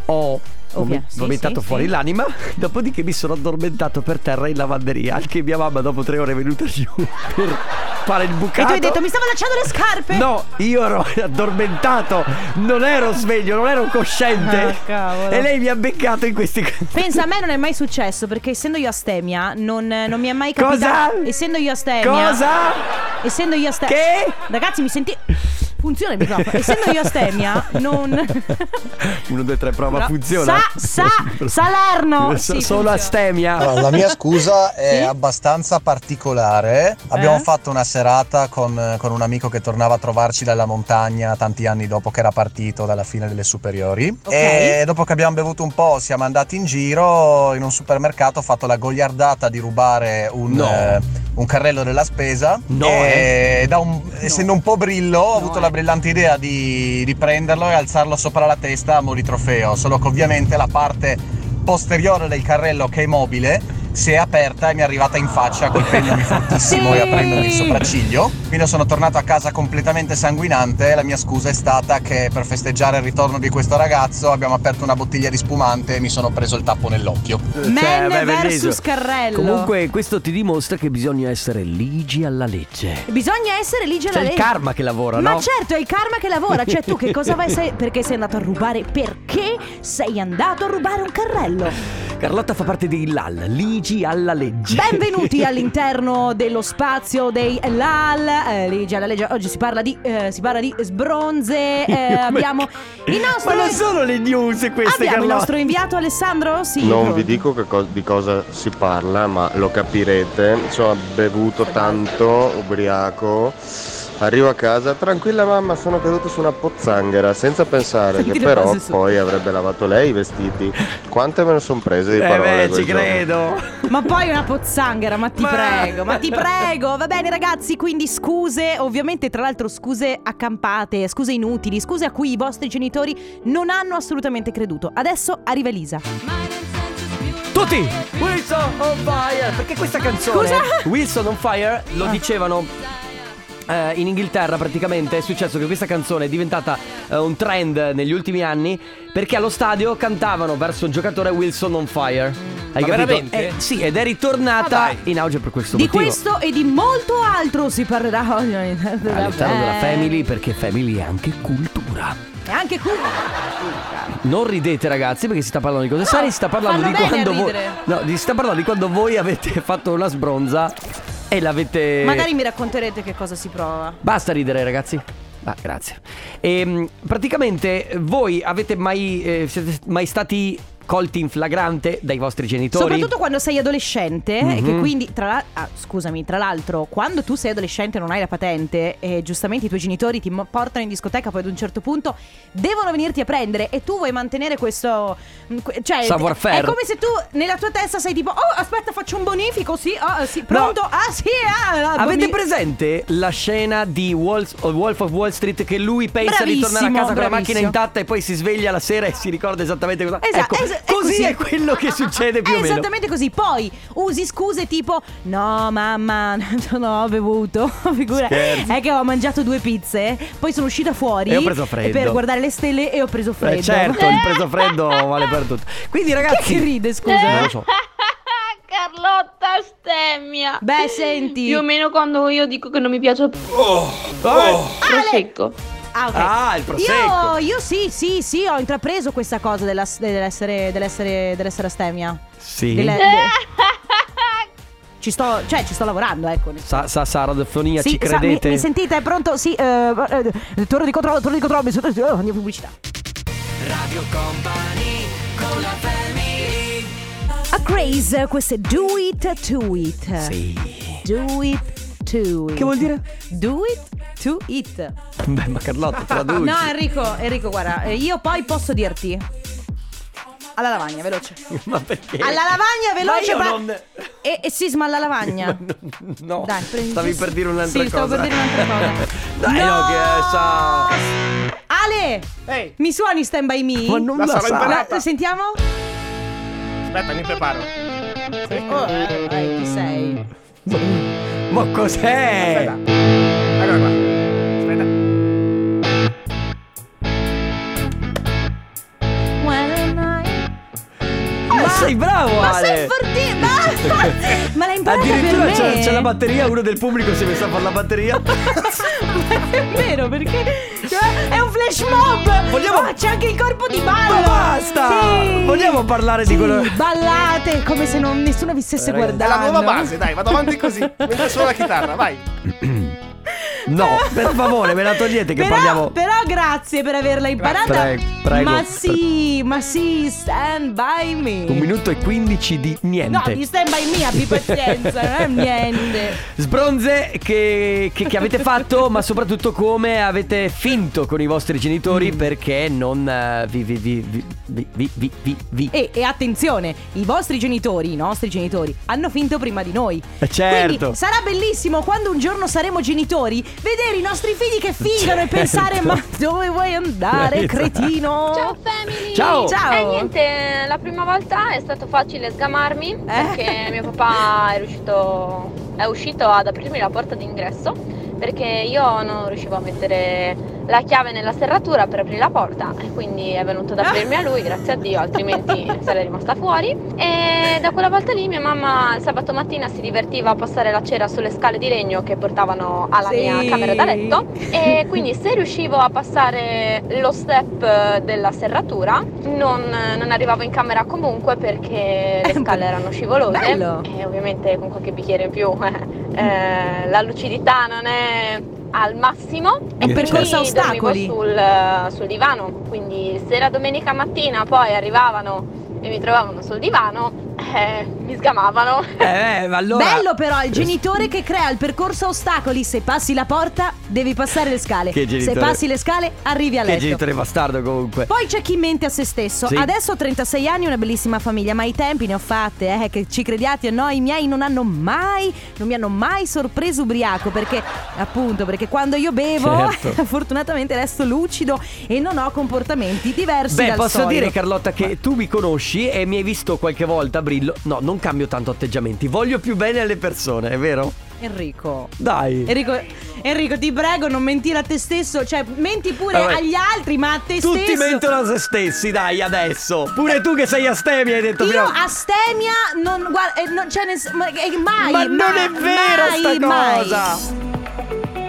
Speaker 1: Ho vom-
Speaker 2: sì,
Speaker 1: vomitato
Speaker 2: sì,
Speaker 1: fuori
Speaker 2: sì.
Speaker 1: l'anima, <laughs> dopodiché mi sono addormentato per terra in lavanderia, anche mia mamma dopo tre ore è venuta giù <laughs> per fare il bucato.
Speaker 2: E tu hai detto mi stavo allacciando le scarpe.
Speaker 1: Esatto. No, io ero <laughs> addormentato, non ero sveglio, non ero cosciente.
Speaker 2: Ah, cavolo.
Speaker 1: e lei mi ha beccato in questi.
Speaker 2: Pensa, a me non è mai successo perché essendo io astemia non, non mi è mai capitato.
Speaker 1: Cosa?
Speaker 2: Essendo io astemia.
Speaker 1: Cosa?
Speaker 2: Essendo io astemia.
Speaker 1: Che?
Speaker 2: Ragazzi, mi senti. Funziona il microfono. Essendo io astemia, non.
Speaker 1: 1, 2, 3, prova,
Speaker 2: No.
Speaker 1: funziona. <laughs>
Speaker 2: Sa, sa, Salerno.
Speaker 1: So-
Speaker 2: Sì,
Speaker 1: Solo
Speaker 2: funziona.
Speaker 1: astemia.
Speaker 9: la mia scusa è
Speaker 2: Sì? Eh?
Speaker 9: abbastanza particolare. Abbiamo fatto una serata con, con un amico che tornava a trovarci dalla montagna tanti anni dopo che era partito dalla fine delle superiori.
Speaker 2: Ok.
Speaker 9: E dopo che abbiamo bevuto un po', siamo andati in giro in un supermercato. Ho fatto la goliardata di rubare un,
Speaker 1: No.
Speaker 9: eh, un carrello della spesa.
Speaker 1: No,
Speaker 9: e Eh, da un- essendo un po' brillo, ho avuto la brillante idea di, di prenderlo e alzarlo sopra la testa a mo' di trofeo. Solo che ovviamente la parte posteriore del carrello che è mobile si è aperta e mi è arrivata in faccia col pegno fortissimo
Speaker 2: Sì.
Speaker 9: e aprendomi il sopracciglio. Quindi sono tornato a casa completamente sanguinante e la mia scusa è stata che per festeggiare il ritorno di questo ragazzo abbiamo aperto una bottiglia di spumante e mi sono preso il tappo nell'occhio.
Speaker 2: Man
Speaker 1: Cioè, beh,
Speaker 2: versus
Speaker 1: bellissimo.
Speaker 2: Carrello.
Speaker 1: Comunque, questo ti dimostra che bisogna essere ligi alla legge.
Speaker 2: Bisogna essere lì
Speaker 1: C'è Cioè, il karma che lavora,
Speaker 2: Ma
Speaker 1: no?
Speaker 2: certo, è il karma che lavora. Cioè, tu che cosa vai?
Speaker 1: <laughs>
Speaker 2: Sei, perché sei andato a rubare? Perché sei andato a rubare un carrello?
Speaker 1: Cioè, Carlotta fa parte dei LAL, ligi alla legge. <laughs>
Speaker 2: Benvenuti all'interno dello spazio dei LAL. Eh, legge alla legge. Oggi si parla di, eh, si parla di sbronze.
Speaker 1: <laughs>
Speaker 2: eh, abbiamo il nostro.
Speaker 1: Ma non sono le news queste,
Speaker 2: abbiamo il
Speaker 1: Carlotta.
Speaker 2: nostro inviato Alessandro? Sì.
Speaker 10: Non
Speaker 2: pronto.
Speaker 10: vi dico che co- di cosa si parla, ma lo capirete. Sono bevuto tanto, ubriaco. Arrivo a casa, tranquilla mamma, sono caduto su una pozzanghera, senza pensare
Speaker 2: Senti
Speaker 10: che
Speaker 2: le
Speaker 10: però
Speaker 2: cose su.
Speaker 10: poi avrebbe lavato lei i vestiti. Quante me ne sono prese di
Speaker 1: Eh
Speaker 10: parole
Speaker 1: beh, ci
Speaker 10: quel giorno.
Speaker 1: credo.
Speaker 2: Ma poi una pozzanghera, ma ti
Speaker 1: Ma-
Speaker 2: prego, ma ti prego. Va bene ragazzi, quindi scuse, ovviamente tra l'altro scuse accampate, scuse inutili, scuse a cui i vostri genitori non hanno assolutamente creduto. Adesso arriva Elisa.
Speaker 1: Tutti! Wilson on fire! Perché questa canzone
Speaker 2: Scusa?
Speaker 1: Wilson on fire
Speaker 2: Ah.
Speaker 1: lo dicevano eh, in Inghilterra praticamente è successo che questa canzone è diventata eh, un trend negli ultimi anni perché allo stadio cantavano verso un giocatore Wilson on fire. Hai capito?
Speaker 11: veramente?
Speaker 1: Eh, sì, ed è ritornata in auge per questo
Speaker 2: Ah, Di
Speaker 1: motivo.
Speaker 2: questo e di molto altro si parlerà oggi all'interno della,
Speaker 1: All'interno della
Speaker 2: Eh,
Speaker 1: Family perché Family è anche cultura.
Speaker 2: E anche qui.
Speaker 1: Non ridete ragazzi perché si sta parlando di cose serie, si sta parlando
Speaker 2: fanno
Speaker 1: di
Speaker 2: bene
Speaker 1: quando
Speaker 2: a
Speaker 1: voi
Speaker 2: ridere.
Speaker 1: No, si sta parlando di quando voi avete <laughs> fatto una sbronza e l'avete
Speaker 2: Magari mi racconterete che cosa si prova.
Speaker 1: Basta ridere, ragazzi. Ah, grazie. Ehm, praticamente voi avete mai eh, siete mai stati colti in flagrante dai vostri genitori.
Speaker 2: Soprattutto quando sei adolescente, e che
Speaker 1: Mhm.
Speaker 2: quindi, tra l'al- ah, scusami, tra l'altro, quando tu sei adolescente e non hai la patente, e giustamente i tuoi genitori ti mo- portano in discoteca, poi ad un certo punto devono venirti a prendere e tu vuoi mantenere questo. mh, que- Cioè,
Speaker 1: Savoir-faire.
Speaker 2: è come se tu nella tua testa sei tipo, oh, aspetta, faccio un bonifico, sì, ah, sì, pronto, ah, sì, ah, ah,
Speaker 1: Avete
Speaker 2: boni-
Speaker 1: presente la scena di Wall- eh, Wolf of Wall Street che lui pensa di tornare a
Speaker 2: Bravissimo,
Speaker 1: casa con la macchina
Speaker 2: bravissimo.
Speaker 1: intatta e poi si sveglia la sera e si ricorda esattamente cosa...
Speaker 2: Esa-
Speaker 1: ecco,
Speaker 2: es- è
Speaker 1: così,
Speaker 2: così.
Speaker 1: è quello che succede più
Speaker 2: È
Speaker 1: o meno.
Speaker 2: esattamente così. Poi usi scuse tipo: No, mamma, <laughs> non ho bevuto. <laughs> Figura,
Speaker 1: Scherzi.
Speaker 2: è che ho mangiato due pizze. Poi sono uscita fuori
Speaker 1: E ho preso freddo.
Speaker 2: per guardare le stelle e ho preso freddo.
Speaker 1: Eh, certo, il preso freddo vale per tutto. Quindi ragazzi... eh.
Speaker 2: Chi è che ride, scusa?
Speaker 1: Non lo so.
Speaker 11: <laughs> Carlotta stemmia.
Speaker 2: Beh, senti.
Speaker 11: Più o meno quando io dico che non mi piace
Speaker 1: Oh.
Speaker 11: prosecco.
Speaker 2: Ah, ok.
Speaker 11: Ah, il prosecco.
Speaker 2: Io, io sì, sì, sì, ho intrapreso questa cosa della- dell'essere, dell'essere, dell'essere astemia.
Speaker 1: Sì. <laughs>
Speaker 2: Delle- de- ci sto, cioè, ci sto lavorando, ecco. nel
Speaker 1: Sa, sa Sara Doffonia,
Speaker 2: Sì,
Speaker 1: ci
Speaker 2: sa- mi-
Speaker 1: credete?
Speaker 2: mi, sentite? È pronto? Sì, eh, eh, torno di controllo, torno di controllo, mi sento- eh, andiamo pubblicità. A craze, questo è do it to it.
Speaker 1: Sì.
Speaker 2: Do it to it.
Speaker 1: Che vuol dire? Ah,
Speaker 2: Do it to it. Ah,
Speaker 1: Beh, ma Carlotta, traduci.
Speaker 2: No, Enrico, Enrico, guarda, eh, io poi posso dirti. Alla lavagna, veloce.
Speaker 1: <laughs> ma perché?
Speaker 2: Alla lavagna, veloce. Eh,
Speaker 1: Ma
Speaker 2: va-
Speaker 1: io non...
Speaker 2: E, e sisma alla
Speaker 1: <laughs>
Speaker 2: lavagna.
Speaker 1: No,
Speaker 2: Dai, prendi-
Speaker 1: stavi per dire un'altra
Speaker 2: Sì,
Speaker 1: cosa.
Speaker 2: stavo per dire
Speaker 1: <laughs>
Speaker 2: un'altra cosa.
Speaker 1: Dai, no, che sa...
Speaker 2: Ale! Mi suoni Stand By Me?
Speaker 1: Ma non La la sarò sa. imparata.
Speaker 2: La- Sentiamo?
Speaker 12: Aspetta, mi preparo.
Speaker 2: Oh, eh, vai, chi sei?
Speaker 1: Ma cos'è?
Speaker 12: Eccola qua. Aspetta.
Speaker 1: Ma Eh, sei bravo,
Speaker 2: ma
Speaker 1: Ale!
Speaker 2: sei forti-
Speaker 1: <laughs>
Speaker 2: ma- ma l'hai imparata
Speaker 1: Addirittura
Speaker 2: per me.
Speaker 1: c'è, c'è la batteria, uno del pubblico si è messo a fare la batteria.
Speaker 2: <laughs> Ma è vero, perché è un flash mob!
Speaker 1: Vogliamo-
Speaker 2: Oh, c'è anche il corpo di ballo!
Speaker 1: Ma basta!
Speaker 2: Sì.
Speaker 1: Vogliamo parlare di
Speaker 2: Sì,
Speaker 1: quello.
Speaker 2: Ballate come se non- nessuno vi stesse
Speaker 1: Ragazzi,
Speaker 2: guardando.
Speaker 12: È la nuova base, dai, vado avanti così. Mentre suono la chitarra, vai.
Speaker 1: No, per favore, me la togliete che
Speaker 2: Però,
Speaker 1: parliamo.
Speaker 2: però grazie per averla imparata.
Speaker 1: Prego, prego,
Speaker 2: ma
Speaker 1: prego.
Speaker 2: sì, ma sì, stand by me.
Speaker 1: Un minuto e 15 di niente.
Speaker 2: No, di stand by me, abbi pazienza, non è niente.
Speaker 1: Sbronze che, che- che avete fatto, ma soprattutto come avete finto con i vostri genitori
Speaker 2: Mm.
Speaker 1: perché non eh, vi, vi, vi, vi, vi, vi, vi, vi- vi-
Speaker 2: E, e attenzione, i vostri genitori, i nostri genitori, hanno finto prima di noi.
Speaker 1: Eh, certo.
Speaker 2: Quindi sarà bellissimo quando un giorno saremo genitori vedere i nostri figli che fingano e
Speaker 1: Certo.
Speaker 2: pensare ma dove vuoi andare,
Speaker 1: Esatto.
Speaker 2: cretino?
Speaker 11: Ciao family!
Speaker 1: Ciao.
Speaker 2: Ciao.
Speaker 11: E niente, la prima volta è stato facile sgamarmi
Speaker 2: Eh?
Speaker 11: perché mio papà è riuscito è uscito ad aprirmi la porta d'ingresso perché io non riuscivo a mettere la chiave nella serratura per aprire la porta e quindi è venuto ad aprirmi a lui, grazie a Dio,
Speaker 2: <laughs>
Speaker 11: altrimenti sarei rimasta fuori. E Eh, da quella volta lì mia mamma il sabato mattina si divertiva a passare la cera sulle scale di legno che portavano alla
Speaker 2: Sì.
Speaker 11: mia camera da letto e quindi se riuscivo a passare lo step eh, della serratura non, non arrivavo in camera comunque perché
Speaker 2: <laughs>
Speaker 11: le scale erano scivolose
Speaker 2: Eh, Bello.
Speaker 11: e ovviamente con qualche bicchiere in più <laughs> eh, eh, la lucidità non è al massimo e
Speaker 2: Un percorso a
Speaker 11: quindi dormivo
Speaker 2: ostacoli.
Speaker 11: sul, eh, sul divano quindi se la domenica mattina poi arrivavano e mi trovavano sul divano eh, mi sgamavano
Speaker 1: Eh, eh, ma allora.
Speaker 2: Bello però il genitore che crea il percorso a ostacoli, se passi la porta devi passare le scale,
Speaker 1: Che
Speaker 2: se
Speaker 1: genitore-
Speaker 2: passi le scale arrivi a
Speaker 1: Che
Speaker 2: letto.
Speaker 1: genitore bastardo comunque.
Speaker 2: Poi c'è chi mente a se stesso.
Speaker 1: Sì.
Speaker 2: Adesso ho 36 anni, una bellissima famiglia, ma i tempi ne ho fatte, eh, che ci crediate o no, i miei non hanno mai, non mi hanno mai sorpreso ubriaco, perché appunto, perché quando io bevo, <laughs>
Speaker 1: Certo.
Speaker 2: fortunatamente resto lucido e non ho comportamenti diversi
Speaker 1: Beh,
Speaker 2: dal
Speaker 1: posso
Speaker 2: solito.
Speaker 1: dire Carlotta che tu mi conosci e mi hai visto qualche volta brillo. No, non cambio tanto atteggiamenti, voglio più bene alle persone, è vero?
Speaker 2: Enrico.
Speaker 1: Dai.
Speaker 2: Enrico, Enrico, ti prego, non mentire a te stesso, cioè menti pure
Speaker 1: Vabbè.
Speaker 2: agli altri, ma a te
Speaker 1: Tutti
Speaker 2: stesso.
Speaker 1: mentono a se stessi, dai, adesso. Pure tu che sei astemia hai detto
Speaker 2: Io
Speaker 1: prima.
Speaker 2: astemia non guarda, eh, non c'è ness- ma- eh, mai,
Speaker 1: Ma non
Speaker 2: mai,
Speaker 1: è vero
Speaker 2: mai,
Speaker 1: sta
Speaker 2: mai.
Speaker 1: cosa.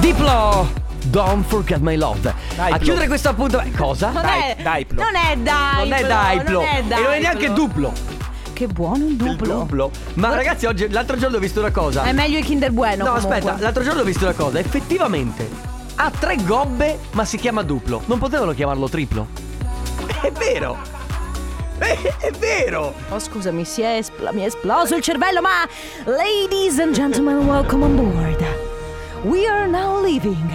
Speaker 1: Diplo! Don't forget my love. a chiudere questo appuntamento. Cosa?
Speaker 2: Non è Diplo. Non è Diplo.
Speaker 1: Non è Diplo.
Speaker 2: Non è
Speaker 1: E non è neanche
Speaker 2: Diplo.
Speaker 1: duplo.
Speaker 2: Che buono il
Speaker 1: Il
Speaker 2: duplo.
Speaker 1: duplo. Ma ragazzi, oggi, l'altro giorno ho visto una cosa.
Speaker 2: È meglio il Kinder Bueno.
Speaker 1: No,
Speaker 2: comunque.
Speaker 1: aspetta, l'altro giorno ho visto una cosa, effettivamente ha tre gobbe, ma si chiama duplo. Non potevano chiamarlo triplo. <laughs> È vero. <laughs> È, è vero.
Speaker 2: Oh, scusa, mi, si è espl- mi è esploso il cervello, ma. Ladies and gentlemen, welcome on board. We are now leaving.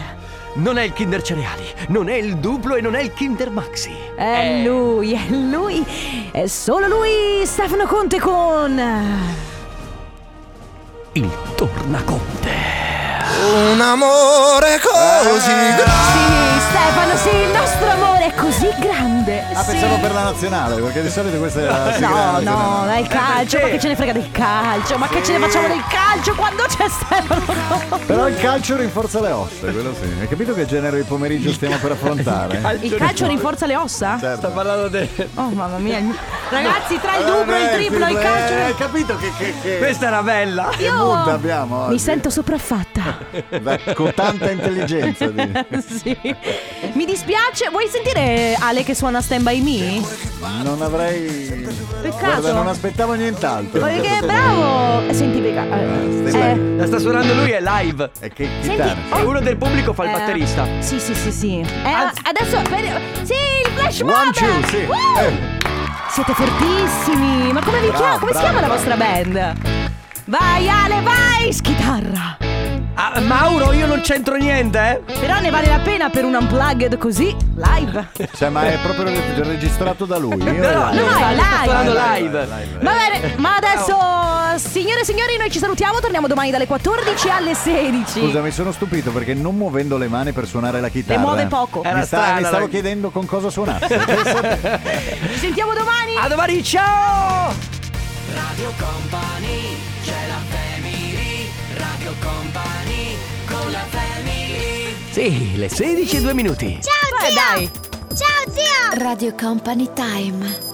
Speaker 1: Non è il Kinder Cereali, non è il duplo e non è il Kinder Maxi.
Speaker 2: È
Speaker 1: Eh.
Speaker 2: lui, è lui, è solo lui, Stefano Conte con.
Speaker 1: Il Tornaconte.
Speaker 3: Un amore così
Speaker 2: grande. Sì, Stefano, sì, il nostro amore è così grande.
Speaker 9: Ah,
Speaker 2: sì.
Speaker 9: pensavo per la nazionale, perché di solito questa è la sigla della
Speaker 2: No, no,
Speaker 9: nazionale.
Speaker 2: è il calcio, ma che ce ne frega del calcio? Ma che ce ne facciamo del calcio quando c'è Stefano? Conte?
Speaker 9: Però il calcio rinforza le ossa, quello sì. Hai capito che genere di pomeriggio stiamo
Speaker 2: <laughs>
Speaker 9: per affrontare?
Speaker 2: Il calcio rinforza le ossa?
Speaker 9: Certo. Eh,
Speaker 1: Sta parlando del.
Speaker 2: <laughs> Oh mamma mia. Ragazzi, tra il duplo e il triplo, il calcio.
Speaker 9: Hai capito che, che, che...
Speaker 1: Questa era bella.
Speaker 9: Che mood abbiamo oggi?
Speaker 2: Mi sento sopraffatta.
Speaker 9: Da- con
Speaker 2: <laughs>
Speaker 9: tanta intelligenza. di-
Speaker 2: sì. Mi dispiace. Vuoi sentire Ale che suona Stand By Me?
Speaker 9: Non avrei...
Speaker 2: Peccato.
Speaker 9: Guarda, non aspettavo nient'altro.
Speaker 2: Perché è bravo. Eh, Senti, Beca. eh, eh,
Speaker 1: La sta suonando lui, è live.
Speaker 9: E che
Speaker 2: Senti, chitarra.
Speaker 1: E uno del pubblico fa il
Speaker 2: Eh,
Speaker 1: batterista.
Speaker 2: Sì, sì, sì, sì. Eh, adesso. per- Sì, il flash mob!
Speaker 1: One, two, sì.
Speaker 2: Woo!
Speaker 9: Eh.
Speaker 2: Siete fortissimi! Ma come vi
Speaker 1: Bravo,
Speaker 2: chiama? Come si
Speaker 1: bravo,
Speaker 2: chiama la
Speaker 1: bravo.
Speaker 2: vostra band? Vai Ale, vai! Schitarra!
Speaker 1: Ah, Mauro, io non c'entro niente, eh.
Speaker 2: Però ne vale la pena per un unplugged così, live.
Speaker 9: Cioè, ma è proprio re- registrato da lui. Io-
Speaker 1: No,
Speaker 2: <laughs>
Speaker 1: no,
Speaker 2: no,
Speaker 1: sta-
Speaker 2: è
Speaker 1: sta
Speaker 2: live.
Speaker 1: suonando live.
Speaker 2: Va bene, ma adesso, signore e signori, noi ci salutiamo. Torniamo domani dalle 14 alle 16.
Speaker 9: Scusa, mi sono stupito perché non muovendo le mani per suonare la chitarra.
Speaker 2: muove poco.
Speaker 9: Mi,
Speaker 2: Era
Speaker 9: sta- mi
Speaker 2: strana,
Speaker 9: stavo
Speaker 2: la-
Speaker 9: chiedendo con cosa suonasse.
Speaker 2: Ci sentiamo domani.
Speaker 1: A domani, ciao!
Speaker 13: Radio Company, c'è la family, Radio Company, con la family.
Speaker 1: Sì, le 16 e 2 minuti.
Speaker 8: Ciao, zio! Ciao, zio! Radio Company Time.